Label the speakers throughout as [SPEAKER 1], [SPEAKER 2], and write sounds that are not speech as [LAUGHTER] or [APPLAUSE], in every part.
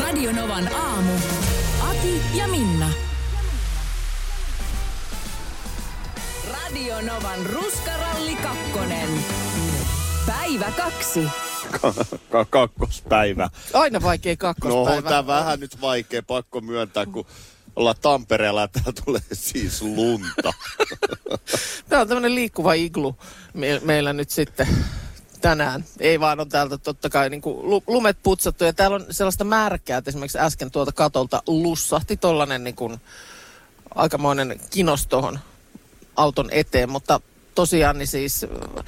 [SPEAKER 1] Radionovan aamu. Ati ja Minna. Radionovan ruskaralli kakkonen. Päivä kaksi.
[SPEAKER 2] Ka- kakkospäivä.
[SPEAKER 3] Aina vaikea
[SPEAKER 2] No on
[SPEAKER 3] kakkospäivä.
[SPEAKER 2] tää vähän nyt vaikea, pakko myöntää, kun ollaan Tampereella ja täällä tulee siis lunta.
[SPEAKER 3] Tää on tämmönen liikkuva iglu me- meillä nyt sitten tänään. Ei vaan on täältä totta kai niin kuin lumet putsattu ja täällä on sellaista märkää, että esimerkiksi äsken tuolta katolta lussahti tollanen niin kuin aikamoinen kinos tohon auton eteen, mutta tosiaan niin siis äh,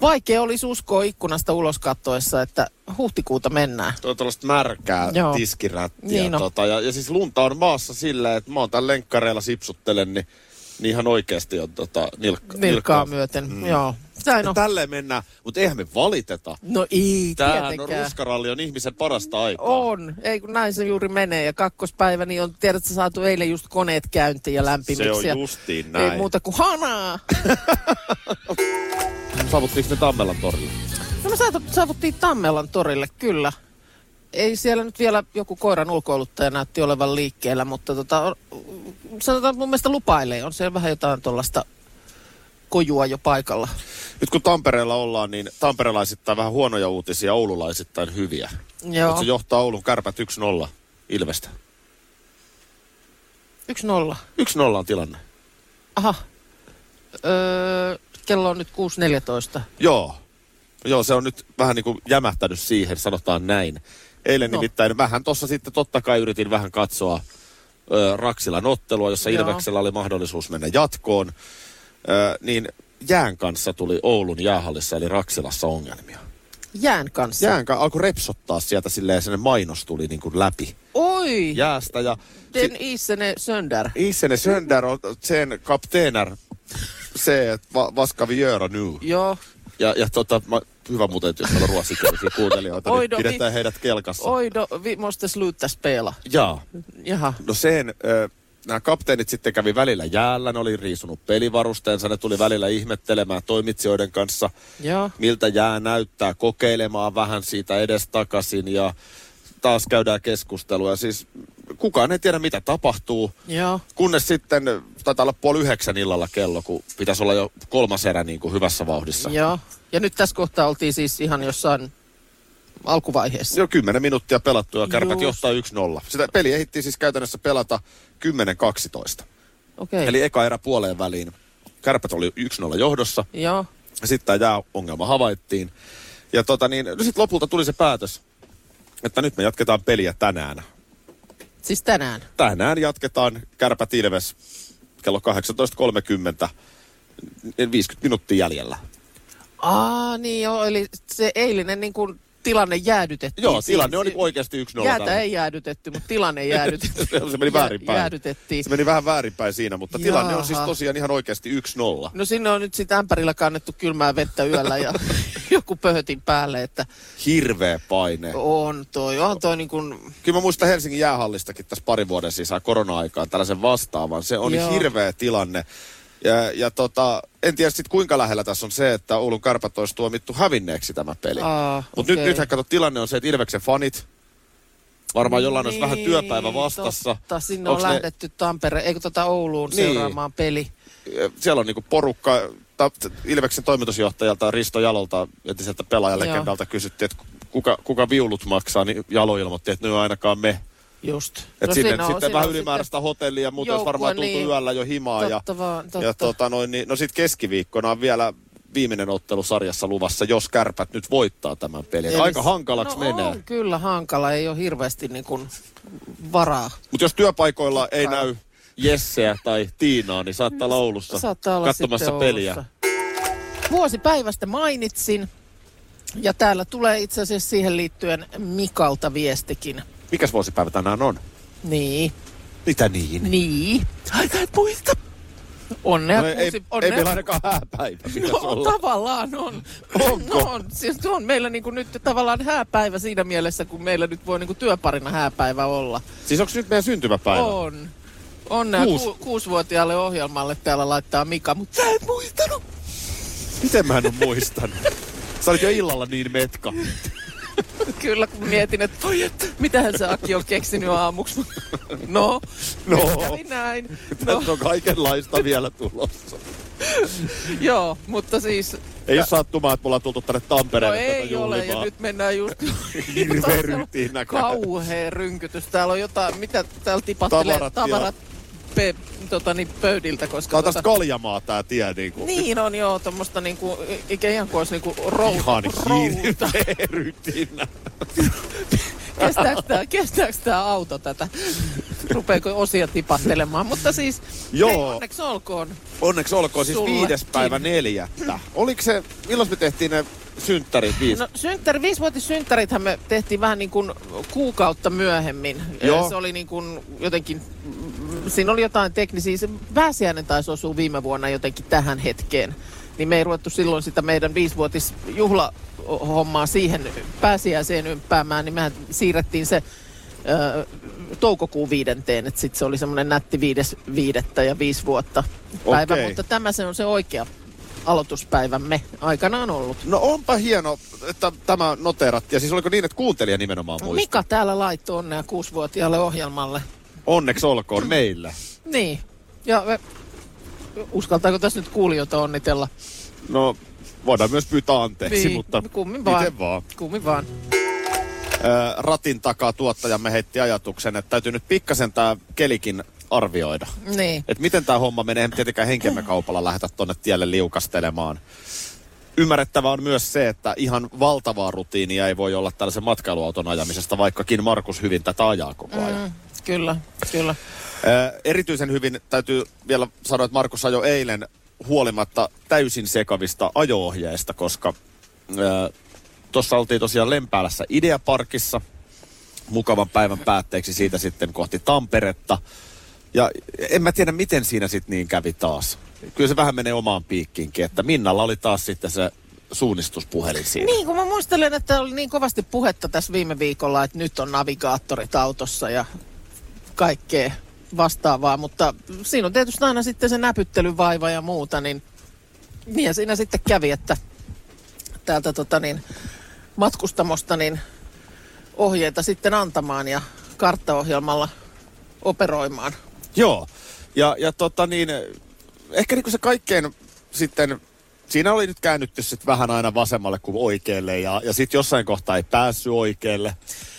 [SPEAKER 3] vaikea olisi uskoa ikkunasta ulos kattoessa, että huhtikuuta mennään.
[SPEAKER 2] Tuo on tällaista märkää Joo.
[SPEAKER 3] Joo.
[SPEAKER 2] tiskirättiä.
[SPEAKER 3] Niin on.
[SPEAKER 2] tota, ja, ja, siis lunta on maassa sillä, että mä oon tän lenkkareilla sipsuttelen, niin, niin ihan oikeasti on tota, nilkka,
[SPEAKER 3] Nilkkaa myöten, mm. joo. Näin
[SPEAKER 2] No.
[SPEAKER 3] on.
[SPEAKER 2] Tälleen mennään, mutta eihän me valiteta.
[SPEAKER 3] No ei
[SPEAKER 2] Tämähän on
[SPEAKER 3] tietenkään.
[SPEAKER 2] ruskaralli on ihmisen parasta aikaa.
[SPEAKER 3] On, ei kun näin se juuri menee. Ja kakkospäivä, niin on tiedät, sä saatu eilen just koneet käyntiin ja lämpimiksi.
[SPEAKER 2] Se on
[SPEAKER 3] ja
[SPEAKER 2] justiin
[SPEAKER 3] Ei
[SPEAKER 2] näin.
[SPEAKER 3] muuta kuin hanaa.
[SPEAKER 2] Saavuttiinko me Tammelan torille?
[SPEAKER 3] No me saatu- saavuttiin Tammelan torille, kyllä. Ei siellä nyt vielä joku koiran ulkoiluttaja näytti olevan liikkeellä, mutta tota, on- sanotaan mun mielestä lupailee. On siellä vähän jotain tuollaista kojua jo paikalla.
[SPEAKER 2] Nyt kun Tampereella ollaan, niin tamperelaisittain vähän huonoja uutisia, oululaisittain hyviä.
[SPEAKER 3] Joo,
[SPEAKER 2] Mutta se johtaa Oulun kärpät 1-0 Ilvestä.
[SPEAKER 3] 1-0.
[SPEAKER 2] 1-0 on tilanne.
[SPEAKER 3] Aha. Öö, kello on nyt 6.14.
[SPEAKER 2] Joo. Joo, se on nyt vähän niin kuin jämähtänyt siihen, sanotaan näin. Eilen no.
[SPEAKER 3] No.
[SPEAKER 2] nimittäin vähän tuossa sitten totta kai yritin vähän katsoa ö, Raksilan ottelua, jossa
[SPEAKER 3] Joo.
[SPEAKER 2] Ilveksellä oli mahdollisuus mennä jatkoon. Ö, niin jään kanssa tuli Oulun jäähallissa eli Raksilassa ongelmia.
[SPEAKER 3] Jään kanssa.
[SPEAKER 2] Jään ka- alkoi repsottaa sieltä silleen, sinne mainos tuli niin kuin läpi
[SPEAKER 3] Oi!
[SPEAKER 2] jäästä ja...
[SPEAKER 3] Den Isene Söndär.
[SPEAKER 2] Isene Sönder on sen kapteenär se, että va- vaska vi göra nu.
[SPEAKER 3] Joo.
[SPEAKER 2] Ja, ja tota, mä, hyvä muuten, että jos meillä on ruotsinkielisiä kuuntelijoita, niin
[SPEAKER 3] Oido,
[SPEAKER 2] pidetään
[SPEAKER 3] vi-
[SPEAKER 2] heidät kelkassa.
[SPEAKER 3] Oido, no, vi måste sluta spela.
[SPEAKER 2] Jaa.
[SPEAKER 3] Jaha.
[SPEAKER 2] No sen, nämä kapteenit sitten kävi välillä jäällä, ne oli riisunut pelivarusteensa, ne tuli välillä ihmettelemään toimitsijoiden kanssa,
[SPEAKER 3] Joo.
[SPEAKER 2] miltä jää näyttää, kokeilemaan vähän siitä edes takaisin ja taas käydään keskustelua. Siis kukaan ei tiedä, mitä tapahtuu.
[SPEAKER 3] Joo.
[SPEAKER 2] Kunnes sitten, äh, taitaa olla puoli yhdeksän illalla kello, kun pitäisi olla jo kolmas erä niin kuin hyvässä vauhdissa.
[SPEAKER 3] Joo. Ja nyt tässä kohtaa oltiin siis ihan jossain alkuvaiheessa.
[SPEAKER 2] Jo 10 minuuttia pelattu ja kärpät
[SPEAKER 3] Just.
[SPEAKER 2] johtaa 1-0. Sitä peli ehittiin siis käytännössä pelata 10-12.
[SPEAKER 3] Okei.
[SPEAKER 2] Eli eka erä puoleen väliin. Kärpät oli 1-0 johdossa.
[SPEAKER 3] Joo.
[SPEAKER 2] Sitten tämä jääongelma havaittiin. Ja tota niin, no sitten lopulta tuli se päätös, että nyt me jatketaan peliä tänään.
[SPEAKER 3] Siis tänään.
[SPEAKER 2] Tänään jatketaan Kärpät Ilves kello 18.30. 50 minuuttia jäljellä.
[SPEAKER 3] Aa, niin joo. Eli se eilinen niin kuin tilanne jäädytettiin.
[SPEAKER 2] Joo,
[SPEAKER 3] Siis-
[SPEAKER 2] tilanne oli oikeasti 1-0.
[SPEAKER 3] Jäätä
[SPEAKER 2] tällä-
[SPEAKER 3] ei jäädytetty,
[SPEAKER 2] [LAUGHS]
[SPEAKER 3] mutta tilanne jäädytettiin.
[SPEAKER 2] se meni väärinpäin.
[SPEAKER 3] Jäädytettiin.
[SPEAKER 2] Se meni vähän väärinpäin siinä, mutta tilanne on
[SPEAKER 3] Jaaha.
[SPEAKER 2] siis tosiaan ihan oikeasti 1-0.
[SPEAKER 3] No sinne on nyt sitten ämpärillä kannettu kylmää vettä
[SPEAKER 2] [LAUGHS]
[SPEAKER 3] yöllä ja joku pöhötin päälle, että
[SPEAKER 2] Hirveä paine.
[SPEAKER 3] on toi, on toi niin kuin,
[SPEAKER 2] Kyllä mä muistan Helsingin jäähallistakin tässä parin vuoden sisään korona-aikaan tällaisen vastaavan. Se oli Joo.
[SPEAKER 3] Joo.
[SPEAKER 2] hirveä tilanne. Ja, ja tota, en tiedä sitten kuinka lähellä tässä on se, että Oulun kärpät olisi tuomittu hävinneeksi tämä peli.
[SPEAKER 3] Aa,
[SPEAKER 2] Mutta nyt,
[SPEAKER 3] okei.
[SPEAKER 2] nythän kato, tilanne on se, että Ilveksen fanit, varmaan jollain olisi vähän
[SPEAKER 3] Niin,
[SPEAKER 2] työpäivä vastassa.
[SPEAKER 3] Totta, sinne
[SPEAKER 2] Onks
[SPEAKER 3] on
[SPEAKER 2] ne-
[SPEAKER 3] lähdetty Tampere, eikö tota Ouluun
[SPEAKER 2] Niin.
[SPEAKER 3] niin. seuraamaan peli.
[SPEAKER 2] siellä on niinku porukka, ta, t- Ilveksen toimitusjohtajalta Risto Jalolta, entiseltä pelaajalegendalta kysyttiin, että kuka, kuka viulut maksaa, niin Jalo ilmoitti, että ne on ainakaan me.
[SPEAKER 3] Just.
[SPEAKER 2] Et no sinne
[SPEAKER 3] siinä on-
[SPEAKER 2] sitten
[SPEAKER 3] siinä
[SPEAKER 2] vähän
[SPEAKER 3] on
[SPEAKER 2] ylimääräistä hotellia ja muuten olisi
[SPEAKER 3] Joukkue,
[SPEAKER 2] varmaan tultu niin.
[SPEAKER 3] niin.
[SPEAKER 2] yöllä jo himaa. ja,
[SPEAKER 3] Totta vaan, totta.
[SPEAKER 2] ja tota noin, niin, no sitten keskiviikkona on vielä viimeinen ottelu sarjassa luvassa, jos kärpät nyt voittaa tämän pelin.
[SPEAKER 3] Eli
[SPEAKER 2] Aika
[SPEAKER 3] s-
[SPEAKER 2] hankalaksi
[SPEAKER 3] no
[SPEAKER 2] menee.
[SPEAKER 3] On, kyllä hankala, ei ole hirveästi niin kuin varaa.
[SPEAKER 2] Mutta jos työpaikoilla ei
[SPEAKER 3] Totta.
[SPEAKER 2] näy Jesseä tai Tiinaa, niin saattaa olla Oulussa
[SPEAKER 3] Saattaa olla
[SPEAKER 2] katsomassa
[SPEAKER 3] sitten
[SPEAKER 2] peliä.
[SPEAKER 3] Oulussa. Vuosipäivästä mainitsin. Ja täällä tulee itse asiassa siihen liittyen Mikalta viestikin.
[SPEAKER 2] Mikäs vuosipäivä tänään on?
[SPEAKER 3] Niin.
[SPEAKER 2] Mitä niin?
[SPEAKER 3] Niin. Ai, sä et muista. Onnea,
[SPEAKER 2] No ei, ei,
[SPEAKER 3] kuusi-
[SPEAKER 2] ei
[SPEAKER 3] onnea.
[SPEAKER 2] meillä ainakaan hääpäivä pitäisi
[SPEAKER 3] No
[SPEAKER 2] olla.
[SPEAKER 3] tavallaan on.
[SPEAKER 2] Onko?
[SPEAKER 3] No on. Siis on meillä niinku nyt tavallaan hääpäivä siinä mielessä, kun meillä nyt voi niinku työparina hääpäivä olla.
[SPEAKER 2] Siis onko nyt meidän syntymäpäivä?
[SPEAKER 3] On. Onnea
[SPEAKER 2] Kuusi.
[SPEAKER 3] ku, kuusivuotiaalle ohjelmalle täällä laittaa Mika, mutta sä et muistanut.
[SPEAKER 2] Miten mä en ole muistanut? Sä olit jo illalla niin metka.
[SPEAKER 3] No. Kyllä, kun mietin, että voi että, mitähän se Aki on keksinyt
[SPEAKER 2] [LAUGHS]
[SPEAKER 3] aamuksi. No,
[SPEAKER 2] No.
[SPEAKER 3] kävi näin. No,
[SPEAKER 2] Tästä on kaikenlaista vielä tulossa.
[SPEAKER 3] joo, mutta siis,
[SPEAKER 2] Ei ole sattumaa, että me ollaan tultu tänne
[SPEAKER 3] no
[SPEAKER 2] Tampereen tätä
[SPEAKER 3] ei ole, ja
[SPEAKER 2] juhlimaan.
[SPEAKER 3] nyt mennään just...
[SPEAKER 2] [LAUGHS] Hirveä rytiin näköjään.
[SPEAKER 3] Kauhea rynkytys. Täällä on jotain, mitä täällä tipattelee
[SPEAKER 2] Tavarat ja-
[SPEAKER 3] tavarat pe, tota, niin, pöydiltä, koska... tota-
[SPEAKER 2] Tää on tästä kaljamaa tää tie niinku.
[SPEAKER 3] niin on joo, tommosta niinku, ikään ihan kuin olisi niinku rou,
[SPEAKER 2] Ihan
[SPEAKER 3] routa.
[SPEAKER 2] hirveä rytinä.
[SPEAKER 3] Kestääkö tää, kestääks tää auto tätä? Rupeeko osia tipattelemaan? Mutta siis,
[SPEAKER 2] Joo.
[SPEAKER 3] Ei, onneksi olkoon.
[SPEAKER 2] Onneksi olkoon siis
[SPEAKER 3] Sullekin.
[SPEAKER 2] viides päivä neljättä. Oliko se, milloin me tehtiin ne synttärit viisi?
[SPEAKER 3] No synttäri, viisivuotissynttärithän me tehtiin vähän niin kuin kuukautta myöhemmin.
[SPEAKER 2] Joo.
[SPEAKER 3] Se oli niin kuin jotenkin, mm, siinä oli jotain teknisiä, se pääsiäinen taisi osua viime vuonna jotenkin tähän hetkeen. Niin me ei ruvettu silloin sitä meidän viisivuotisjuhlahommaa siihen pääsiäiseen ympäämään, niin mehän siirrettiin se ö, toukokuun viidenteen, että sitten se oli semmoinen nätti viides viidettä ja viisi vuotta päivä,
[SPEAKER 2] Okei.
[SPEAKER 3] mutta tämä se on se oikea aloituspäivämme aikanaan ollut.
[SPEAKER 2] No onpa hieno, että tämä noterat. Ja siis oliko niin, että kuuntelija nimenomaan muisti?
[SPEAKER 3] No Mika täällä laittoi onnea kuusivuotiaalle ohjelmalle.
[SPEAKER 2] Onneksi olkoon meillä.
[SPEAKER 3] Niin. Ja me, uskaltaako tässä nyt kuulijoita onnitella?
[SPEAKER 2] No, voidaan myös pyytää anteeksi,
[SPEAKER 3] Niin,
[SPEAKER 2] mutta
[SPEAKER 3] kummin vaan.
[SPEAKER 2] miten vaan.
[SPEAKER 3] Kummin vaan.
[SPEAKER 2] Ö, ratin takaa tuottajamme heitti ajatuksen, että täytyy nyt pikkasen tämä kelikin arvioida.
[SPEAKER 3] Niin.
[SPEAKER 2] Että miten tämä homma menee, en tietenkään henkemme kaupalla lähetä tuonne tielle liukastelemaan. Ymmärrettävää on myös se, että ihan valtavaa rutiinia ei voi olla tällaisen matkailuauton ajamisesta, vaikkakin Markus hyvin tätä ajaa koko ajan.
[SPEAKER 3] Mm, kyllä, kyllä.
[SPEAKER 2] Ö, erityisen hyvin täytyy vielä sanoa, että Markus ajoi eilen huolimatta täysin sekavista ajoohjeista, koska tuossa oltiin tosiaan Lempäälässä Ideaparkissa mukavan päivän päätteeksi siitä sitten kohti Tamperetta. Ja en mä tiedä, miten siinä sitten niin kävi taas. Kyllä se vähän menee omaan piikkiinkin, että Minnalla oli taas sitten se suunnistuspuhelin siinä.
[SPEAKER 3] Niin, kun mä muistelen, että oli niin kovasti puhetta tässä viime viikolla, että nyt on navigaattorit autossa ja kaikkea vastaavaa, mutta siinä on tietysti aina sitten se näpyttelyvaiva ja muuta, niin, niin ja siinä sitten kävi, että täältä tota niin, matkustamosta niin ohjeita sitten antamaan ja karttaohjelmalla operoimaan.
[SPEAKER 2] Joo, ja, ja tota niin, ehkä niin kuin se kaikkein sitten, siinä oli nyt käännytty sitten vähän aina vasemmalle kuin oikealle, ja, ja sitten jossain kohtaa ei päässyt oikealle.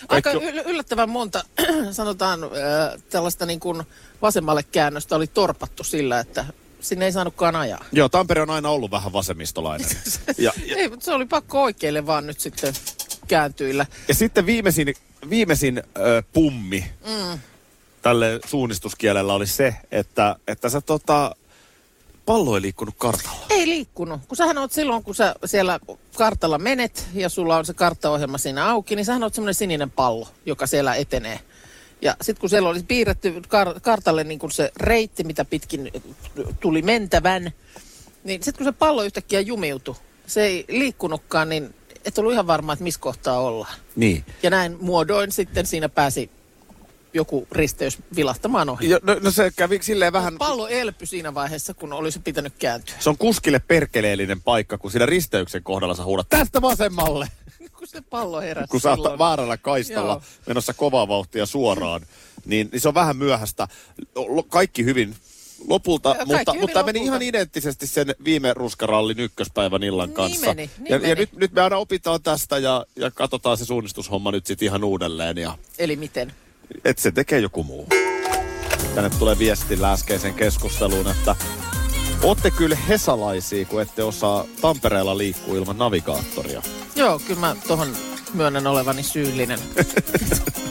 [SPEAKER 3] Aika
[SPEAKER 2] Kaikki-
[SPEAKER 3] yl- yllättävän monta, [CLEARS THROAT] sanotaan, äh, tällaista niin kuin vasemmalle käännöstä oli torpattu sillä, että sinne ei saanutkaan ajaa.
[SPEAKER 2] Joo, Tampere on aina ollut vähän vasemmistolainen. ja, ja,
[SPEAKER 3] Ei, mutta se oli pakko oikealle vaan nyt sitten kääntyillä.
[SPEAKER 2] ja sitten viimeisin, viimeisin ö, pummi mm. tälle suunnistuskielellä oli se, että, että sä tota, pallo ei liikkunut kartalla.
[SPEAKER 3] Ei liikkunut, kun sähän oot silloin, kun sä siellä kartalla menet ja sulla on se karttaohjelma siinä auki, niin sähän oot semmoinen sininen pallo, joka siellä etenee. Ja sitten kun siellä oli piirretty kar- kartalle niin kun se reitti, mitä pitkin äh, tuli mentävän, niin sitten kun se pallo yhtäkkiä jumiutui, se ei liikkunutkaan, niin et ollut ihan varma, että missä kohtaa ollaan.
[SPEAKER 2] Niin.
[SPEAKER 3] Ja näin muodoin sitten siinä pääsi joku risteys vilahtamaan ohi.
[SPEAKER 2] Ja, no, no se kävi silleen vähän...
[SPEAKER 3] Pallo elpy siinä vaiheessa, kun olisi pitänyt kääntyä.
[SPEAKER 2] Se on kuskille perkeleellinen paikka, kun siinä risteyksen kohdalla sä huudat tästä
[SPEAKER 3] [LAUGHS]
[SPEAKER 2] vasemmalle,
[SPEAKER 3] kun se pallo heräsi
[SPEAKER 2] kun sä oot
[SPEAKER 3] silloin.
[SPEAKER 2] väärällä kaistalla
[SPEAKER 3] Joo.
[SPEAKER 2] menossa kovaa vauhtia suoraan. Niin, niin se on vähän myöhästä. Lo- Kaikki hyvin lopulta,
[SPEAKER 3] Joo,
[SPEAKER 2] mutta,
[SPEAKER 3] kaikki hyvin
[SPEAKER 2] mutta tämä meni
[SPEAKER 3] lopulta.
[SPEAKER 2] ihan identtisesti sen viime ruskarallin ykköspäivän illan
[SPEAKER 3] Niin
[SPEAKER 2] kanssa.
[SPEAKER 3] meni, niin
[SPEAKER 2] ja ja
[SPEAKER 3] meni.
[SPEAKER 2] nyt, nyt me aina opitaan tästä ja, ja katsotaan se suunnistushomma nyt sitten ihan uudelleen. Ja,
[SPEAKER 3] Eli miten?
[SPEAKER 2] et se tekee joku muu. Tänne tulee viestillä äskeiseen keskusteluun, että Ootte kyllä hesalaisia, kun ette osaa Tampereella liikkua ilman navigaattoria.
[SPEAKER 3] Joo, kyllä mä tohon myönnän olevani
[SPEAKER 2] [LAUGHS]
[SPEAKER 3] syyllinen.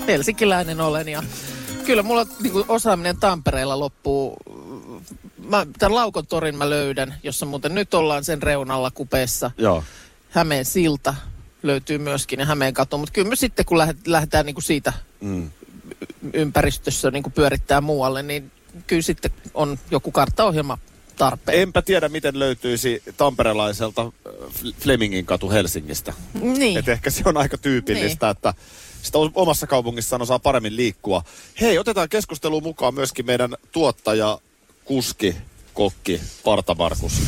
[SPEAKER 3] Helsinkiläinen olen ja kyllä mulla niin osaaminen Tampereella loppuu. Mä, tämän Laukon torin mä löydän, jossa muuten nyt ollaan sen reunalla kupeessa.
[SPEAKER 2] Joo.
[SPEAKER 3] Hämeen silta. löytyy myöskin ja Hämeen katu. Mutta kyllä me sitten, kun lähet, lähdetään niin kuin siitä
[SPEAKER 2] Mm.
[SPEAKER 3] ympäristössä niin kuin pyörittää muualle, niin kyllä sitten on joku karttaohjelma tarpeen.
[SPEAKER 2] Enpä tiedä, miten löytyisi tamperelaiselta äh, Fl- Flemingin katu Helsingistä.
[SPEAKER 3] niin.
[SPEAKER 2] Et ehkä se on aika tyypillistä, niin. että sitä o- omassa kaupungissaan osaa paremmin liikkua. Hei, otetaan keskusteluun mukaan myöskin meidän tuottaja, kuski, kokki, Parta Markus.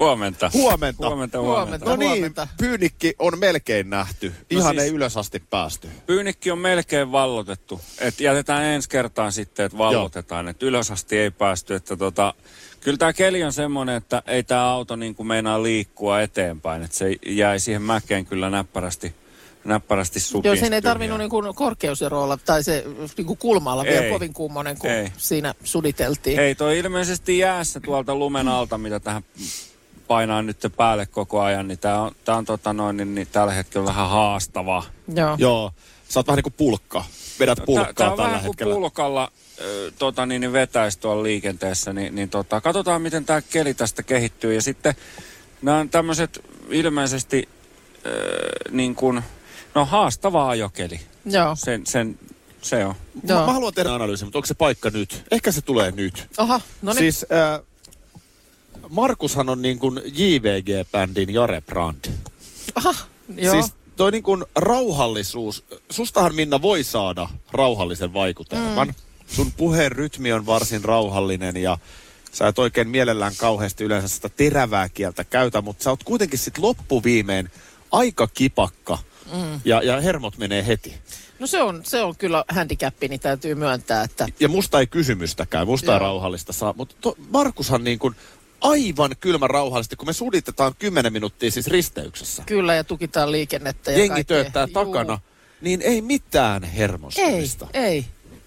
[SPEAKER 4] Huomenta.
[SPEAKER 2] Huomenta.
[SPEAKER 4] Huomenta,
[SPEAKER 3] Huomenta.
[SPEAKER 4] huomenta.
[SPEAKER 2] No niin,
[SPEAKER 3] huomenta.
[SPEAKER 2] pyynikki on melkein nähty. Ihan
[SPEAKER 4] siis-
[SPEAKER 2] ei ylös asti päästy.
[SPEAKER 4] Pyynikki on melkein vallotettu. Et jätetään ensi kertaan sitten, että vallotetaan. Et ylös asti ei päästy. Että tota, kyllä tämä keli on semmoinen, että ei tämä auto niin kuin meinaa liikkua eteenpäin. Et se jäi siihen mäkeen kyllä näppärästi, näppärästi
[SPEAKER 3] Joo,
[SPEAKER 4] supistuu.
[SPEAKER 3] sen ei tarvinnut
[SPEAKER 4] Ja-
[SPEAKER 3] niin kuin korkeusero olla, tai se niin kuin kulmalla vielä
[SPEAKER 4] Ei.
[SPEAKER 3] kovin kummonen, kun
[SPEAKER 4] Ei.
[SPEAKER 3] siinä suditeltiin.
[SPEAKER 4] Hei, toi ilmeisesti jäässä tuolta lumen alta, mitä tähän painaa nyt päälle koko ajan, niin tämä on, tää on tota noin, niin, niin tällä hetkellä vähän haastava.
[SPEAKER 3] Joo.
[SPEAKER 2] Joo, sä oot vähän niin kuin pulkka. Vedät pulkkaa
[SPEAKER 4] Tämä on
[SPEAKER 2] tällä
[SPEAKER 4] vähän kuin
[SPEAKER 2] hetkellä.
[SPEAKER 4] pulkalla ö, tota, niin, niin vetäisi tuolla liikenteessä, niin, niin tota, katsotaan miten tämä keli tästä kehittyy. Ja sitten nämä on tämmöiset ilmeisesti ö, niin kuin, no haastava ajokeli.
[SPEAKER 3] Joo.
[SPEAKER 4] Sen, sen, se on.
[SPEAKER 2] Mä,
[SPEAKER 3] Joo.
[SPEAKER 2] mä haluan tehdä analyysin, mutta onko se paikka nyt? Ehkä se tulee nyt.
[SPEAKER 3] Aha, no niin. Siis...
[SPEAKER 2] Siis äh, Markushan on niin kuin JVG-bändin Jare Brand.
[SPEAKER 3] Aha, joo.
[SPEAKER 2] Siis toi niin kuin rauhallisuus, sustahan Minna voi saada rauhallisen vaikutelman. Mm. Sun puheen rytmi on varsin rauhallinen ja sä et oikein mielellään kauheasti yleensä sitä terävää kieltä käytä, mutta sä oot kuitenkin sit loppuviimein aika kipakka mm. ja, ja hermot menee heti.
[SPEAKER 3] No se on, se on kyllä handicappi, niin täytyy myöntää, että
[SPEAKER 2] Ja musta ei kysymystäkään, musta ei
[SPEAKER 3] Joo.
[SPEAKER 2] rauhallista saa. Mutta Markushan niin kuin aivan kylmä rauhallisesti, kun me suditetaan 10 minuuttia siis risteyksessä.
[SPEAKER 3] kyllä ja tukitaan liikennettä ja
[SPEAKER 2] Jengi
[SPEAKER 3] kaikkea.
[SPEAKER 2] tööttää
[SPEAKER 3] Juu.
[SPEAKER 2] takana, niin ei mitään
[SPEAKER 3] Ei,
[SPEAKER 2] hermostumista.
[SPEAKER 3] ei.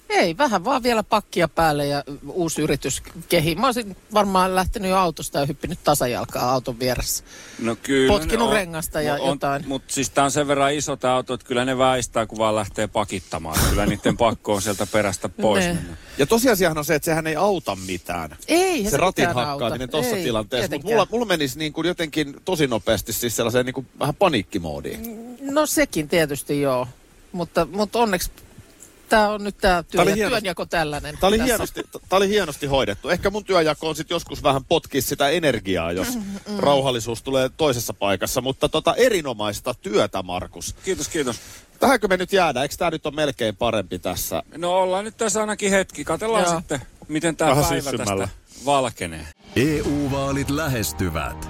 [SPEAKER 3] Ei, vähän vaan vielä pakkia päälle ja uusi yritys kehi. Mä olisin varmaan lähtenyt jo autosta ja hyppinyt tasajalkaa auton vieressä.
[SPEAKER 4] No kyllä.
[SPEAKER 3] Potkinut
[SPEAKER 4] on-
[SPEAKER 3] rengasta ja jotain.
[SPEAKER 4] Mutta siis tämä on sen verran iso tämä auto, että kyllä ne väistää, kun vaan lähtee pakittamaan.
[SPEAKER 3] [LAUGHS]
[SPEAKER 4] Kyllä niiden pakko on sieltä perästä pois
[SPEAKER 3] Ne.
[SPEAKER 4] mennä.
[SPEAKER 2] Ja tosiasiahan on se, että sehän ei auta mitään.
[SPEAKER 3] Ei,
[SPEAKER 2] Se, se ratin hakkaaminen tuossa tilanteessa, mutta mulla, mulla menisi niin kuin jotenkin tosi nopeasti siis sellaiseen niin kuin vähän paniikkimoodiin.
[SPEAKER 3] No sekin tietysti joo, mutta, mutta onneksi tämä on nyt tämä työ,
[SPEAKER 2] Tää oli
[SPEAKER 3] ja
[SPEAKER 2] hienosti.
[SPEAKER 3] työnjako tällainen.
[SPEAKER 2] Tämä oli,
[SPEAKER 3] tässä.
[SPEAKER 2] hienosti, tää oli hienosti hoidettu. Ehkä mun työjako on sitten joskus vähän potkii sitä energiaa, jos
[SPEAKER 3] Mm,
[SPEAKER 2] rauhallisuus tulee toisessa paikassa. Mutta tota, erinomaista työtä, Markus.
[SPEAKER 4] Kiitos, kiitos.
[SPEAKER 2] Tähänkö me nyt jäädään? Eikö tämä nyt on melkein parempi tässä?
[SPEAKER 4] No ollaan nyt tässä ainakin hetki. Katellaan
[SPEAKER 3] Joo.
[SPEAKER 4] sitten, miten tämä
[SPEAKER 2] Vähän
[SPEAKER 4] päivä
[SPEAKER 2] syssymällä.
[SPEAKER 4] tästä valkenee.
[SPEAKER 5] EU-vaalit E lähestyvät.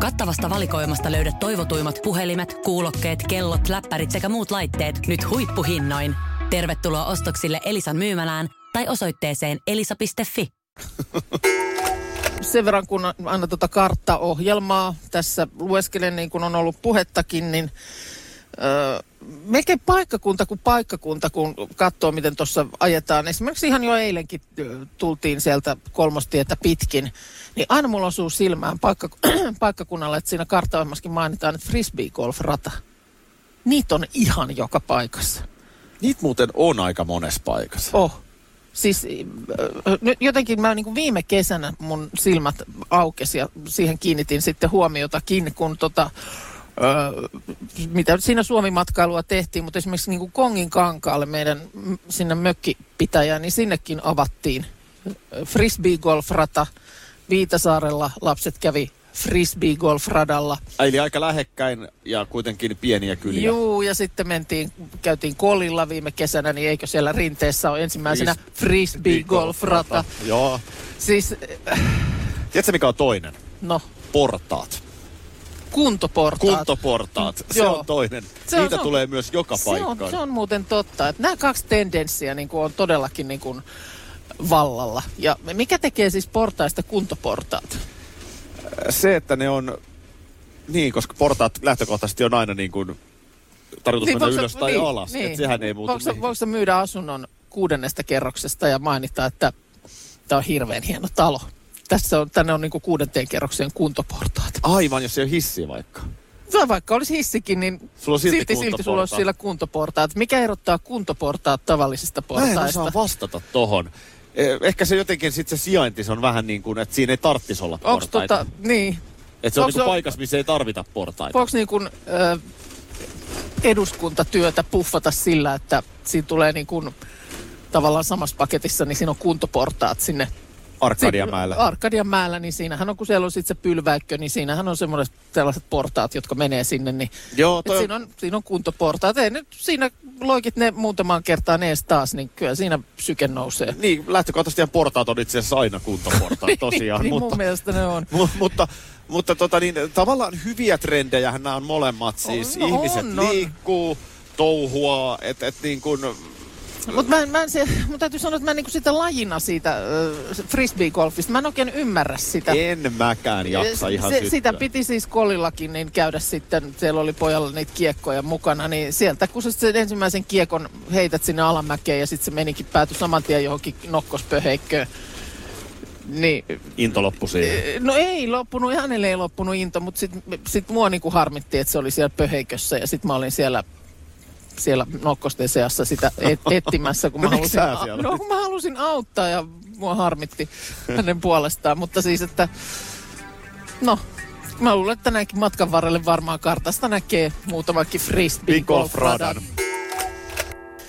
[SPEAKER 6] Kattavasta valikoimasta löydät toivotuimmat puhelimet, kuulokkeet, kellot, läppärit sekä muut laitteet nyt huippuhinnoin. Tervetuloa ostoksille Elisan myymälään tai osoitteeseen elisa.fi.
[SPEAKER 3] Sen verran, kun aina tuota karttaohjelmaa tässä lueskelen, niin kuin on ollut puhettakin, niin öö, melkein paikkakunta kuin paikkakunta, kun katsoo, miten tuossa ajetaan. Esimerkiksi ihan jo eilenkin ö, tultiin sieltä kolmostietä pitkin, niin aina mulla osuu silmään paikka, [CLEARS THROAT] paikkakunnalle, että siinä karttaohjelmassakin mainitaan, että frisbee-golf-rata. Niitä on ihan joka paikassa.
[SPEAKER 2] Niitä muuten on aika monessa paikassa.
[SPEAKER 3] Oh. Siis äh, nyt jotenkin mä niin kuin viime kesänä mun silmät aukesi ja siihen kiinnitin sitten huomiotakin, kun tota, äh, mitä siinä Suomi-matkailua tehtiin, mutta esimerkiksi niin kuin Kongin kankaalle meidän mm, sinne mökkipitäjään, niin sinnekin avattiin frisbee-golf-rata. Viitasaarella lapset kävi frisbee-golf-radalla.
[SPEAKER 2] Eli aika lähekkäin ja kuitenkin pieniä kyliä.
[SPEAKER 3] Juu, ja sitten mentiin, käytiin kolilla viime kesänä, niin eikö siellä rinteessä ole ensimmäisenä frisbee-golf-rata.
[SPEAKER 2] Joo.
[SPEAKER 3] Siis, äh,
[SPEAKER 2] Tiedätkö mikä on toinen?
[SPEAKER 3] no,
[SPEAKER 2] Portaat.
[SPEAKER 3] kuntoportaat.
[SPEAKER 2] Kuntoportaat. Se
[SPEAKER 3] Ah, Joo.
[SPEAKER 2] on toinen.
[SPEAKER 3] Se on-
[SPEAKER 2] Niitä
[SPEAKER 3] se on-
[SPEAKER 2] tulee myös joka
[SPEAKER 3] se on,
[SPEAKER 2] paikkaan.
[SPEAKER 3] se on muuten totta, että nämä kaksi tendenssiä niin kuin on todellakin niin kuin vallalla. Ja mikä tekee siis portaista kuntoportaat?
[SPEAKER 2] Se, että ne on... Niin, koska portaat lähtökohtaisesti on aina niin kuin tarkoitus mennä
[SPEAKER 3] Niin, voiko sä-
[SPEAKER 2] ylös tai alas. Et sehän ei muutu
[SPEAKER 3] Voiko sä-
[SPEAKER 2] mihinkään.
[SPEAKER 3] voiko sä myydä asunnon kuudennesta kerroksesta ja mainita, että tämä on hirveän hieno talo? Tässä on, tänne on niinku kuudenteen kerrokseen kuntoportaat.
[SPEAKER 2] Aivan, jos ei ole hissiä vaikka.
[SPEAKER 3] Tai vaikka olisi hissikin, niin
[SPEAKER 2] Sulla on silti
[SPEAKER 3] silti, silti sulla olisi
[SPEAKER 2] kuntoportaat.
[SPEAKER 3] siellä kuntoportaat. Mikä erottaa kuntoportaat tavallisista
[SPEAKER 2] Mä en
[SPEAKER 3] portaista?
[SPEAKER 2] osaa vastata tohon. Eh, Ehkä se jotenkin sit se sijainti se on vähän niin kuin, että siinä ei tarvitsisi olla
[SPEAKER 3] Onko
[SPEAKER 2] portaita.
[SPEAKER 3] tota, niin,
[SPEAKER 2] että se on
[SPEAKER 3] onks
[SPEAKER 2] niin
[SPEAKER 3] se-
[SPEAKER 2] paikassa, missä ei tarvita portaita.
[SPEAKER 3] voiko niin kuin, ö, eduskuntatyötä puffata sillä, että siinä tulee niin kuin, tavallaan samassa paketissa, niin siinä on kuntoportaat sinne
[SPEAKER 2] Arkadianmäellä.
[SPEAKER 3] Si- Arkadianmäellä, niin siinähän on, kun siellä on sitten se pylväkkö, niin siinähän on semmoiset sellaiset portaat, jotka menee sinne, niin
[SPEAKER 2] Joo,
[SPEAKER 3] et
[SPEAKER 2] toi,
[SPEAKER 3] siinä, on, siinä on kuntoportaat. Ei, nyt siinä loikit ne muutamaan kertaan ees taas, niin kyllä siinä syke nousee.
[SPEAKER 2] Niin, lähtökohtaisesti portaat on itse asiassa aina kuntoportaat tosiaan,
[SPEAKER 3] [LAUGHS] niin
[SPEAKER 2] mutta,
[SPEAKER 3] mun mielestä ne on.
[SPEAKER 2] mu- mutta, mutta tota niin, tavallaan hyviä trendejähän nämä on molemmat siis.
[SPEAKER 3] On,
[SPEAKER 2] Ihmiset
[SPEAKER 3] on, on.
[SPEAKER 2] liikkuu, touhua, että et niin kuin,
[SPEAKER 3] Mutta mä, en- mä, en se, mun täytyy sanoa, että mä en niinku sitä lajina siitä äh, frisbee-golfista, mä en oikein ymmärrä sitä.
[SPEAKER 2] en mäkään jaksa ihan
[SPEAKER 3] se,
[SPEAKER 2] syttyä.
[SPEAKER 3] Sitä piti siis kolillakin niin käydä sitten, siellä oli pojalla niitä kiekkoja mukana, niin sieltä kun sä sen ensimmäisen kiekon heität sinne alamäkeen ja sitten se menikin pääty saman tien johonkin nokkospöheikköön. Niin,
[SPEAKER 2] Into loppu siihen.
[SPEAKER 3] no ei loppunut, hänelle ei loppunut into, mutta sitten sit mua niinku harmitti, että se oli siellä pöheikössä ja sitten mä olin siellä siellä nokkosten seassa sitä
[SPEAKER 2] [LAUGHS]
[SPEAKER 3] et, etsimässä, kun mä,
[SPEAKER 2] No miksi
[SPEAKER 3] halusin,
[SPEAKER 2] sä
[SPEAKER 3] au-
[SPEAKER 2] siellä
[SPEAKER 3] no, kun mä halusin auttaa ja mua harmitti hänen puolestaan. Mutta siis, että no, mä luulen, että näinkin matkan varrelle varmaan kartasta näkee muutamakin frisbee
[SPEAKER 2] Big
[SPEAKER 3] golf
[SPEAKER 2] Golf Radan.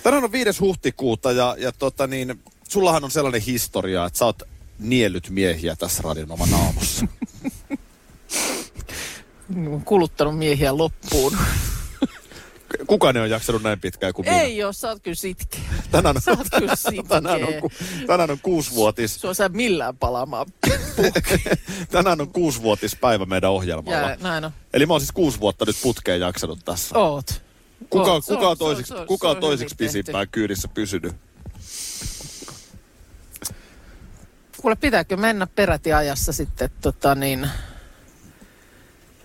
[SPEAKER 2] Tänään on 5. huhtikuuta ja, ja tota niin, sullahan on sellainen historia, että sä oot niellyt miehiä tässä radion oman
[SPEAKER 3] [LAUGHS]
[SPEAKER 2] aamussa.
[SPEAKER 3] Kuluttanut miehiä loppuun.
[SPEAKER 2] Niin. Kukaan ei ole jaksanut näin pitkään kuin minä.
[SPEAKER 3] Ei oo, sä oot kyllä sitkeä.
[SPEAKER 2] Tänään
[SPEAKER 3] Sä
[SPEAKER 2] on,
[SPEAKER 3] oot kyllä sitkeä.
[SPEAKER 2] [LAUGHS] tänään on, ku- tänään on kuusivuotis.
[SPEAKER 3] Sua sä millään palaamaan.
[SPEAKER 2] Tänään on kuusivuotispäivä meidän ohjelmalla.
[SPEAKER 3] Ja, näin on.
[SPEAKER 2] Eli mä oon siis kuusi vuotta nyt putkeen jaksanut tässä.
[SPEAKER 3] Oot.
[SPEAKER 2] Kuka,
[SPEAKER 3] Oot. Se
[SPEAKER 2] kuka on
[SPEAKER 3] se
[SPEAKER 2] toiseksi,
[SPEAKER 3] se on-
[SPEAKER 2] kuka
[SPEAKER 3] oh,
[SPEAKER 2] on
[SPEAKER 3] se on
[SPEAKER 2] toiseksi
[SPEAKER 3] hyvin tehty.
[SPEAKER 2] pisimpään kyydissä pysynyt?
[SPEAKER 3] Kuule, pitääkö mennä peräti ajassa sitten tota niin,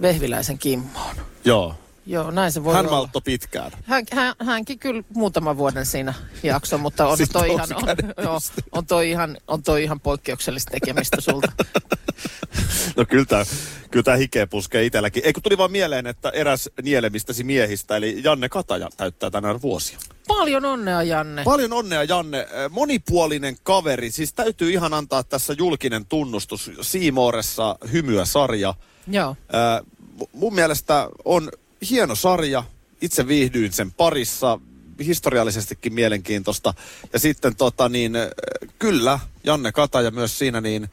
[SPEAKER 3] Vehviläisen Kimmoon?
[SPEAKER 2] Joo.
[SPEAKER 3] Joo, näin se voi
[SPEAKER 2] Hän
[SPEAKER 3] olla.
[SPEAKER 2] maltto pitkään.
[SPEAKER 3] Hän, hän, hänkin kyllä muutaman vuoden siinä jakso, mutta on
[SPEAKER 2] Siis
[SPEAKER 3] toi, ihan,
[SPEAKER 2] nousi kädet
[SPEAKER 3] on, joo, on, toi ihan, on toi ihan poikkeuksellista tekemistä
[SPEAKER 2] [LAUGHS]
[SPEAKER 3] sulta.
[SPEAKER 2] No kyllä tää, kyllä tää hikeä puskee itselläkin. Eikö tuli vaan mieleen, että eräs nielemistäsi miehistä, eli Janne Kataja, täyttää tänään vuosia.
[SPEAKER 3] Paljon onnea, Janne.
[SPEAKER 2] Paljon onnea Janne. Eh, Monipuolinen kaveri. Siis täytyy ihan antaa tässä julkinen tunnustus. Siimooressa Hymyä-sarja.
[SPEAKER 3] joo.
[SPEAKER 2] Äh, mu- mun mielestä on hieno sarja. Itse viihdyin sen parissa. Historiallisestikin mielenkiintoista. Ja sitten tota niin, äh, kyllä, Janne Kataja myös siinä niin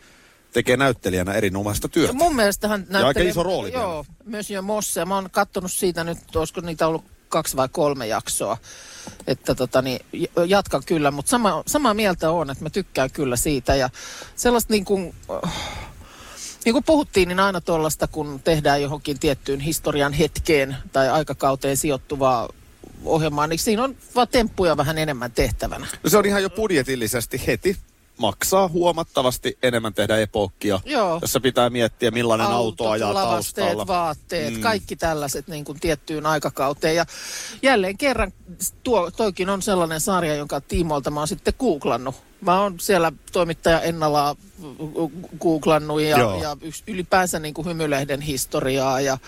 [SPEAKER 2] tekee näyttelijänä erinomaista
[SPEAKER 3] Ja
[SPEAKER 2] työtä.
[SPEAKER 3] mun mielestä hän näyttelee...
[SPEAKER 2] iso rooli
[SPEAKER 3] Joo, myös jo Mosse. Ja Mä oon kattonut siitä nyt, olisiko niitä ollut kaksi vai kolme jaksoa. Että tota niin, j- jatkan kyllä, mutta sama, samaa mieltä on, että mä tykkään kyllä siitä. Ja sellaista niin kuin, niin kuin puhuttiin, niin aina tuollaista, kun tehdään johonkin tiettyyn historian hetkeen tai aikakauteen sijoittuvaa ohjelmaa, niin siinä on vaan temppuja vähän enemmän tehtävänä.
[SPEAKER 2] No se on ihan jo budjetillisesti heti. Maksaa huomattavasti enemmän tehdä epookkia,
[SPEAKER 3] Joo.
[SPEAKER 2] jossa pitää miettiä millainen auto ajaa
[SPEAKER 3] lavasteet,
[SPEAKER 2] taustalla.
[SPEAKER 3] vaatteet,
[SPEAKER 2] Mm.
[SPEAKER 3] mm. kaikki tällaiset niin kuin tiettyyn aikakauteen. Ja jälleen kerran, tuo, toikin on sellainen sarja, jonka tiimoilta mä oon sitten googlannut. Mä oon siellä toimittaja Ennalaa mm, googlannut ja,
[SPEAKER 2] Joo.
[SPEAKER 3] ja yks- ylipäänsä niin kuin hymylehden historiaa ja,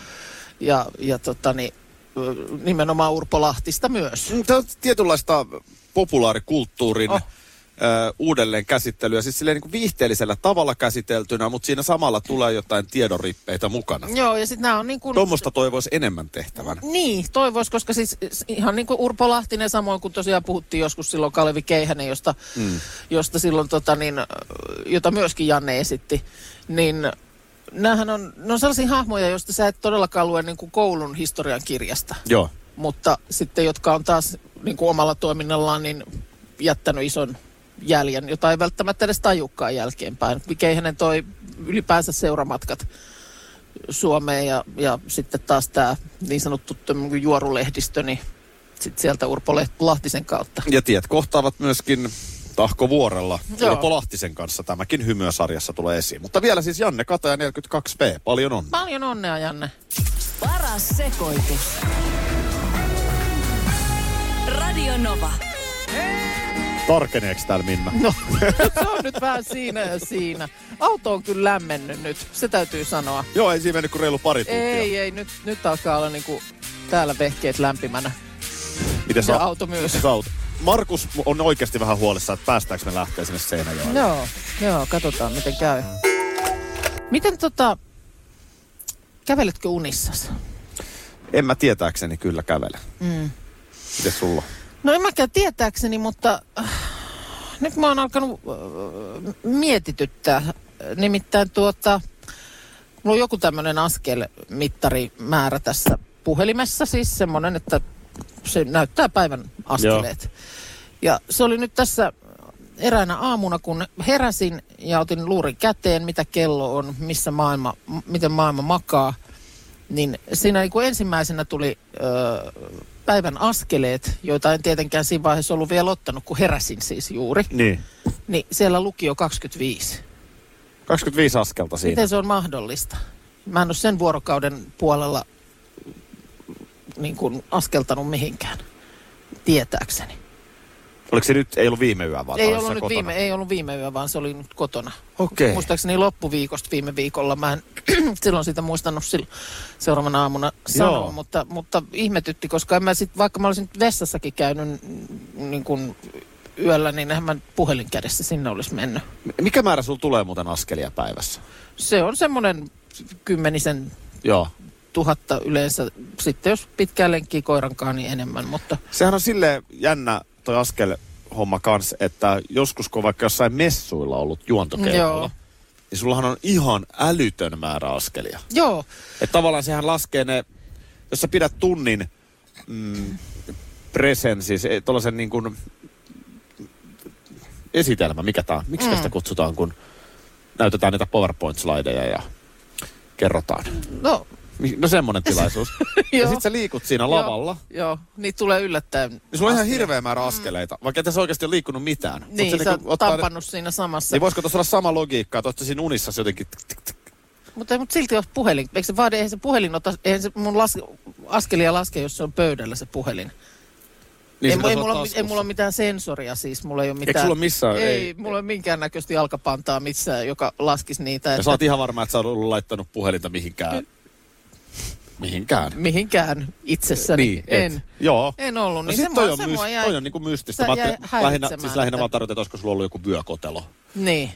[SPEAKER 3] ja, ja tota niin, ö, nimenomaan Urpo Lahtista myös.
[SPEAKER 2] Mm, Tämä on tietynlaista populaarikulttuurin oh.
[SPEAKER 3] Oh.
[SPEAKER 2] uudelleen käsittelyä, siis silleen niin kuin viihteellisellä tavalla käsiteltynä, mutta siinä samalla tulee jotain tiedonrippeitä mukana.
[SPEAKER 3] Joo, ja sitten nämä on niin kuin...
[SPEAKER 2] Tuommoista toivoisi enemmän tehtävän.
[SPEAKER 3] Niin, toivois, koska siis s- ihan niin kuin Urpo Lahtinen, samoin kuin tosiaan puhuttiin joskus silloin Kalevi Keihänen, josta, mm. josta silloin, tota, niin, äh, jota myöskin Janne esitti, niin näähän on, ne on sellaisia hahmoja, joista sä et todellakaan lue niin kuin koulun historian kirjasta.
[SPEAKER 2] Joo.
[SPEAKER 3] Mutta sitten, jotka on taas niin kuin omalla toiminnallaan niin jättänyt ison jäljen, jota ei välttämättä edes tajukaan jälkeenpäin. Keihänen toi ylipäänsä seuramatkat Suomeen ja, ja sitten taas tämä niin sanottu tämmönen juorulehdistö, niin sitten sieltä Urpo Leht- Lahtisen kautta.
[SPEAKER 2] Ja tiet kohtaavat myöskin Tahkovuorella.
[SPEAKER 3] Joo.
[SPEAKER 2] Joo. Polahtisen kanssa tämäkin hymyösarjassa tulee esiin. Mutta vielä siis Janne Kataja 42B. Paljon on.
[SPEAKER 3] Paljon onnea, Janne.
[SPEAKER 1] Paras sekoitus.
[SPEAKER 6] Radio Nova.
[SPEAKER 2] Tarkeneeks täällä Minna?
[SPEAKER 3] No, se on nyt vähän siinä ja siinä. Auto on kyllä lämmennyt nyt, se täytyy sanoa.
[SPEAKER 2] [LAUGHS] Joo, ei siinä mennyt kuin reilu pari tuntia.
[SPEAKER 3] Ei, ei, nyt, nyt alkaa olla niinku täällä vehkeet lämpimänä.
[SPEAKER 2] Miten
[SPEAKER 3] Ja auto myös.
[SPEAKER 2] Miten auto? Markus on oikeasti vähän huolissaan, että päästäänkö me lähteä sinne Seinäjoelle.
[SPEAKER 3] Joo, joo, katsotaan miten käy. Miten tota, käveletkö unissasi?
[SPEAKER 2] En mä tietääkseni kyllä kävele. Mm. Miten sulla?
[SPEAKER 3] No en mäkään tietääkseni, mutta äh, nyt mä oon alkanut äh, mietityttää. Nimittäin tuota, mulla on joku tämmöinen askelmittarimäärä tässä puhelimessa, siis semmoinen, että se näyttää päivän askeleet. Ja se oli nyt tässä eräänä aamuna, kun heräsin ja otin luurin käteen, mitä kello on, missä maailma, m- miten maailma makaa, niin siinä niin kuin ensimmäisenä tuli ö, päivän askeleet, joita en tietenkään siinä vaiheessa ollut vielä ottanut, kun heräsin siis juuri,
[SPEAKER 2] Niin.
[SPEAKER 3] niin siellä luki jo 25.
[SPEAKER 2] 25 askelta siinä.
[SPEAKER 3] Miten se on mahdollista? Mä en ole sen vuorokauden puolella niin kuin askeltanut mihinkään, tietääkseni.
[SPEAKER 2] Oliko se nyt, ei ollut viime yö vaan?
[SPEAKER 3] Ei
[SPEAKER 2] oliko
[SPEAKER 3] ollut,
[SPEAKER 2] se
[SPEAKER 3] nyt
[SPEAKER 2] kotona?
[SPEAKER 3] viime, ei ollut viime yö, vaan se oli nyt kotona.
[SPEAKER 2] Okei.
[SPEAKER 3] Muistaakseni loppuviikosta viime viikolla. Mä en [CLEARS THROAT] silloin sitä muistanut silloin, seuraavana aamuna sanoa,
[SPEAKER 2] Joo.
[SPEAKER 3] mutta, mutta ihmetytti, koska en mä sit, vaikka mä olisin nyt vessassakin käynyt mm, niin kun yöllä, niin eihän mä puhelin kädessä sinne olisi mennyt.
[SPEAKER 2] M- Mikä määrä sulla tulee muuten askelia päivässä?
[SPEAKER 3] Se on semmoinen kymmenisen
[SPEAKER 2] Joo.
[SPEAKER 3] tuhatta yleensä. Sitten jos pitkään lenkkii koirankaan, niin enemmän, mutta
[SPEAKER 2] Sehän on silleen jännä toi askel homma kans, että joskus kun on vaikka jossain messuilla ollut
[SPEAKER 3] Joo.
[SPEAKER 2] juontokeinolla, niin sullahan on ihan älytön määrä askelia.
[SPEAKER 3] joo.
[SPEAKER 2] Että tavallaan sehän laskee ne, jos sä pidät tunnin mm, presensi, se- tollasen niin kuin esitelmä, mikä tää on, miksi mm. sitä kutsutaan, kun näytetään niitä PowerPoint-slideja ja kerrotaan.
[SPEAKER 3] No,
[SPEAKER 2] Mi- No semmonen tilaisuus. ja
[SPEAKER 3] [LAUGHS] Joo.
[SPEAKER 2] sit sä liikut siinä No, lavalla,
[SPEAKER 3] Joo, joo, niitä tulee yllättäen.
[SPEAKER 2] niin sulla on ihan hirveä määrä askeleita, vaikka et sä oikeasti ole liikkunut mitään. Mut
[SPEAKER 3] Niin, sä
[SPEAKER 2] niinku
[SPEAKER 3] oot
[SPEAKER 2] ottaa ne-
[SPEAKER 3] tampannut siinä samassa.
[SPEAKER 2] Niin voisiko tuossa olla sama logiikka, että oot sä siinä unissa jotenkin...
[SPEAKER 3] Mutta mut silti jos puhelin, eikö se vaadi, eihän se puhelin ota, eihän se mun las, askelia laske, jos se on pöydällä se puhelin. Niin ei, mu- ei, mulla, ole- ei mulla ole mitään sensoria siis, mulla ei ole mitään.
[SPEAKER 2] sulla ole missään-
[SPEAKER 3] Ei,
[SPEAKER 2] ei-
[SPEAKER 3] ei mulla ei ole minkäännäköistä jalkapantaa missään, joka laskisi niitä.
[SPEAKER 2] Ja
[SPEAKER 3] Että
[SPEAKER 2] sä oot ihan varma, että sä oot ollut laittanut puhelinta mihinkään. Mihinkään.
[SPEAKER 3] Mihinkään itsessäni.
[SPEAKER 2] Niin, et.
[SPEAKER 3] en.
[SPEAKER 2] Joo.
[SPEAKER 3] En ollut,
[SPEAKER 2] No
[SPEAKER 3] niin
[SPEAKER 2] sit
[SPEAKER 3] se
[SPEAKER 2] toi
[SPEAKER 3] mua-
[SPEAKER 2] on,
[SPEAKER 3] se
[SPEAKER 2] myst,
[SPEAKER 3] mua jäi-
[SPEAKER 2] toi on niinku mystistä.
[SPEAKER 3] se
[SPEAKER 2] Mä
[SPEAKER 3] jäi
[SPEAKER 2] ajattelin- lähinnä, siis
[SPEAKER 3] häiritsemään,
[SPEAKER 2] lähinnä
[SPEAKER 3] että-
[SPEAKER 2] vaan tarkoitan, että olisiko sulla ollut joku vyökotelo,
[SPEAKER 3] Niin.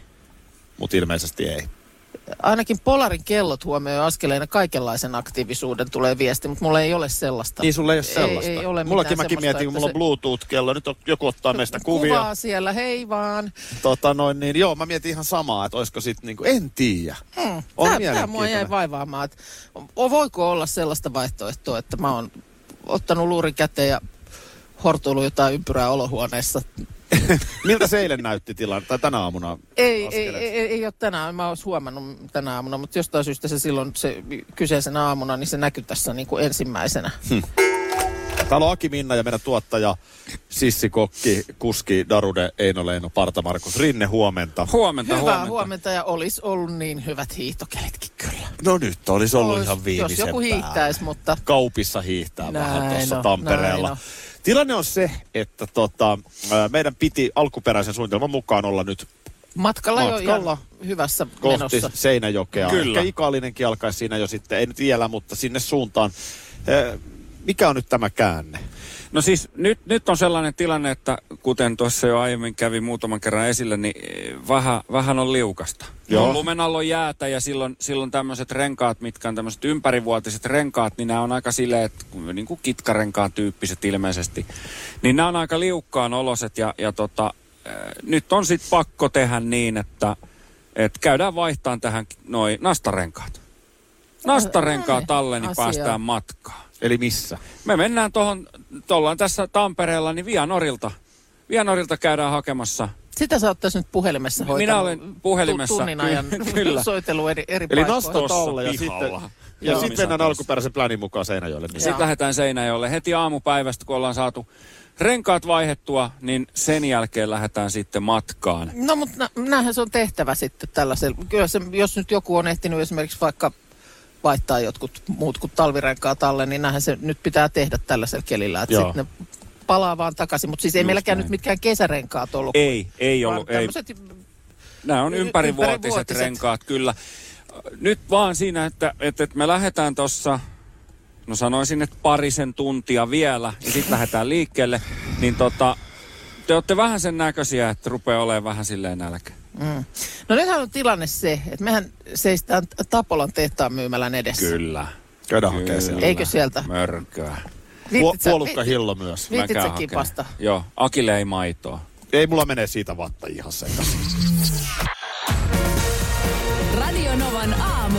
[SPEAKER 2] mutta ilmeisesti ei.
[SPEAKER 3] Ainakin Polarin kellot huomioi askeleina kaikenlaisen aktiivisuuden tulee viesti, mutta mulla ei ole sellaista.
[SPEAKER 2] Niin sulla ei ole
[SPEAKER 3] Ei-
[SPEAKER 2] sellaista.
[SPEAKER 3] ei ole
[SPEAKER 2] Mullakin
[SPEAKER 3] mitään
[SPEAKER 2] mäkin
[SPEAKER 3] semmoista,
[SPEAKER 2] mietin, kun
[SPEAKER 3] että
[SPEAKER 2] mulla on
[SPEAKER 3] se-
[SPEAKER 2] Bluetooth-kello, nyt on, joku ottaa meistä kuvia.
[SPEAKER 3] Kuvaa siellä, hei vaan.
[SPEAKER 2] Tota noin, niin joo, mä mietin ihan samaa, että olisiko sit niinku, en tiedä.
[SPEAKER 3] Mm.
[SPEAKER 2] On
[SPEAKER 3] Tämä, tämä mua
[SPEAKER 2] mielenkiintoinen.
[SPEAKER 3] jäi vaivaamaan, että o- voiko olla sellaista vaihtoehtoa, että mä oon ottanut luurin käteen ja hortuillut jotain ympyrää olohuoneessa.
[SPEAKER 2] Miltä se eilen näytti tilanne, tai tänä aamuna?
[SPEAKER 3] Ei, ei,
[SPEAKER 2] askeleet?
[SPEAKER 3] ei, ei, ei ole tänään, mä oon huomannut tänä aamuna, mutta jostain syystä se silloin se kyseisenä aamuna, niin se näkyy tässä niin kuin [LAUGHS] ensimmäisenä.
[SPEAKER 2] Täällä on Aki Minna ja meidän tuottaja Sissi Kokki, Kuski, Darude, Eino Leino, Parta Markus Rinne, huomenta.
[SPEAKER 4] Huomenta,
[SPEAKER 3] Hyvää huomenta.
[SPEAKER 4] huomenta.
[SPEAKER 3] huomenta ja olisi ollut niin hyvät hiihtokelitkin kyllä.
[SPEAKER 2] No nyt olisi ollut
[SPEAKER 3] Ois,
[SPEAKER 2] ihan viimeisen
[SPEAKER 3] Jos joku
[SPEAKER 2] päälle.
[SPEAKER 3] hiihtäisi, mutta
[SPEAKER 2] Kaupissa hiihtää
[SPEAKER 3] Näin
[SPEAKER 2] vähän tuossa
[SPEAKER 3] on,
[SPEAKER 2] Tampereella.
[SPEAKER 3] näin on.
[SPEAKER 2] Tilanne on se, että tota, ää, meidän piti alkuperäisen suunnitelman mukaan olla nyt
[SPEAKER 3] matkalla,
[SPEAKER 2] Matkalla.
[SPEAKER 3] matkalla. jo ihan hyvässä
[SPEAKER 2] kohti
[SPEAKER 3] menossa.
[SPEAKER 2] Seinäjokea.
[SPEAKER 4] Kyllä.
[SPEAKER 2] Ehkä Ikalinenkin alkaisi siinä jo sitten, ei nyt vielä, mutta sinne suuntaan. Ää, Mikä on nyt tämä käänne?
[SPEAKER 4] No siis nyt, nyt on sellainen tilanne, että kuten tuossa jo aiemmin kävi muutaman kerran esille, niin eh, vähän, vähän on liukasta.
[SPEAKER 2] Joo.
[SPEAKER 4] On Lumen alla on jäätä ja silloin, silloin tämmöiset renkaat, mitkä on tämmöiset ympärivuotiset renkaat, niin nämä on aika sileet, niin kuin kitkarenkaan tyyppiset ilmeisesti. Niin nämä on aika liukkaan oloset ja, ja tota, eh, nyt on sitten pakko tehdä niin, että Et käydään vaihtaan tähän noin nastarenkaat. Nastarenkaa
[SPEAKER 3] Näin.
[SPEAKER 4] talle, niin
[SPEAKER 3] Asia.
[SPEAKER 4] päästään matkaan.
[SPEAKER 2] Eli missä?
[SPEAKER 4] Me mennään tuohon, ollaan tässä Tampereella, niin Vianorilta. Vianorilta käydään hakemassa.
[SPEAKER 3] Sitä sä oot tässä nyt puhelimessa hoitanut.
[SPEAKER 4] Minä olen puhelimessa.
[SPEAKER 3] Tu- Tunnin ajan
[SPEAKER 4] Ky- [LAUGHS] kyllä.
[SPEAKER 3] soitelu eri, eri
[SPEAKER 2] Eli
[SPEAKER 3] paikkoihin.
[SPEAKER 2] nasta tolle ja
[SPEAKER 4] Tuossa
[SPEAKER 2] sitten,
[SPEAKER 4] pihalla.
[SPEAKER 2] ja
[SPEAKER 4] Joo.
[SPEAKER 2] sitten mennään alkuperäisen planin mukaan Seinäjoelle. Niin.
[SPEAKER 4] Sitten lähdetään Seinäjoelle heti aamupäivästä, kun ollaan saatu renkaat vaihettua, niin sen jälkeen lähdetään sitten matkaan.
[SPEAKER 3] No mutta nä- näinhän se on tehtävä sitten tällaisella. Kyllä se, jos nyt joku on ehtinyt esimerkiksi vaikka vaihtaa jotkut muut kuin talvirenkaa alle, niin näinhän se nyt pitää tehdä tällaisella kelillä. Että
[SPEAKER 2] Joo.
[SPEAKER 3] sitten ne palaa vaan takaisin, mutta siis ei
[SPEAKER 4] Just
[SPEAKER 3] meilläkään
[SPEAKER 4] näin.
[SPEAKER 3] nyt mitkään kesärenkaat ollut.
[SPEAKER 4] Ei, ei
[SPEAKER 3] vaan
[SPEAKER 4] ollut. Ei.
[SPEAKER 3] tämmöset-
[SPEAKER 4] Nämä on
[SPEAKER 3] Y-
[SPEAKER 4] ympärivuotiset
[SPEAKER 3] ympärivuotiset.
[SPEAKER 4] renkaat, kyllä. Nyt vaan siinä, että, että, että me lähdetään tuossa, no sanoisin, että parisen tuntia vielä, ja sitten lähdetään liikkeelle, niin tota, te olette vähän sen näköisiä, että rupeaa olemaan vähän silleen nälkä.
[SPEAKER 3] Mm. No nythän on tilanne se, että mehän seistään Tapolan tehtaan myymälän edessä.
[SPEAKER 4] Kyllä.
[SPEAKER 2] Käydään hakemaan siellä.
[SPEAKER 3] Eikö sieltä?
[SPEAKER 4] Mörköä.
[SPEAKER 3] Viitsit
[SPEAKER 2] Puo-
[SPEAKER 3] sä-
[SPEAKER 2] puolukka
[SPEAKER 3] vi-
[SPEAKER 2] hillo myös.
[SPEAKER 3] vi- Viitsit
[SPEAKER 4] Mäkään
[SPEAKER 3] sä
[SPEAKER 4] hakee.
[SPEAKER 3] kipasta?
[SPEAKER 4] Joo, Akille ei maitoa.
[SPEAKER 2] Ei mulla menee siitä vatta ihan sekaisin.
[SPEAKER 1] Radio Novan aamu.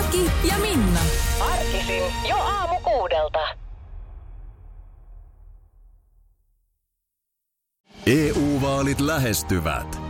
[SPEAKER 1] Aki ja Minna.
[SPEAKER 7] Arkisin jo aamu kuudelta.
[SPEAKER 5] EU-vaalit E lähestyvät.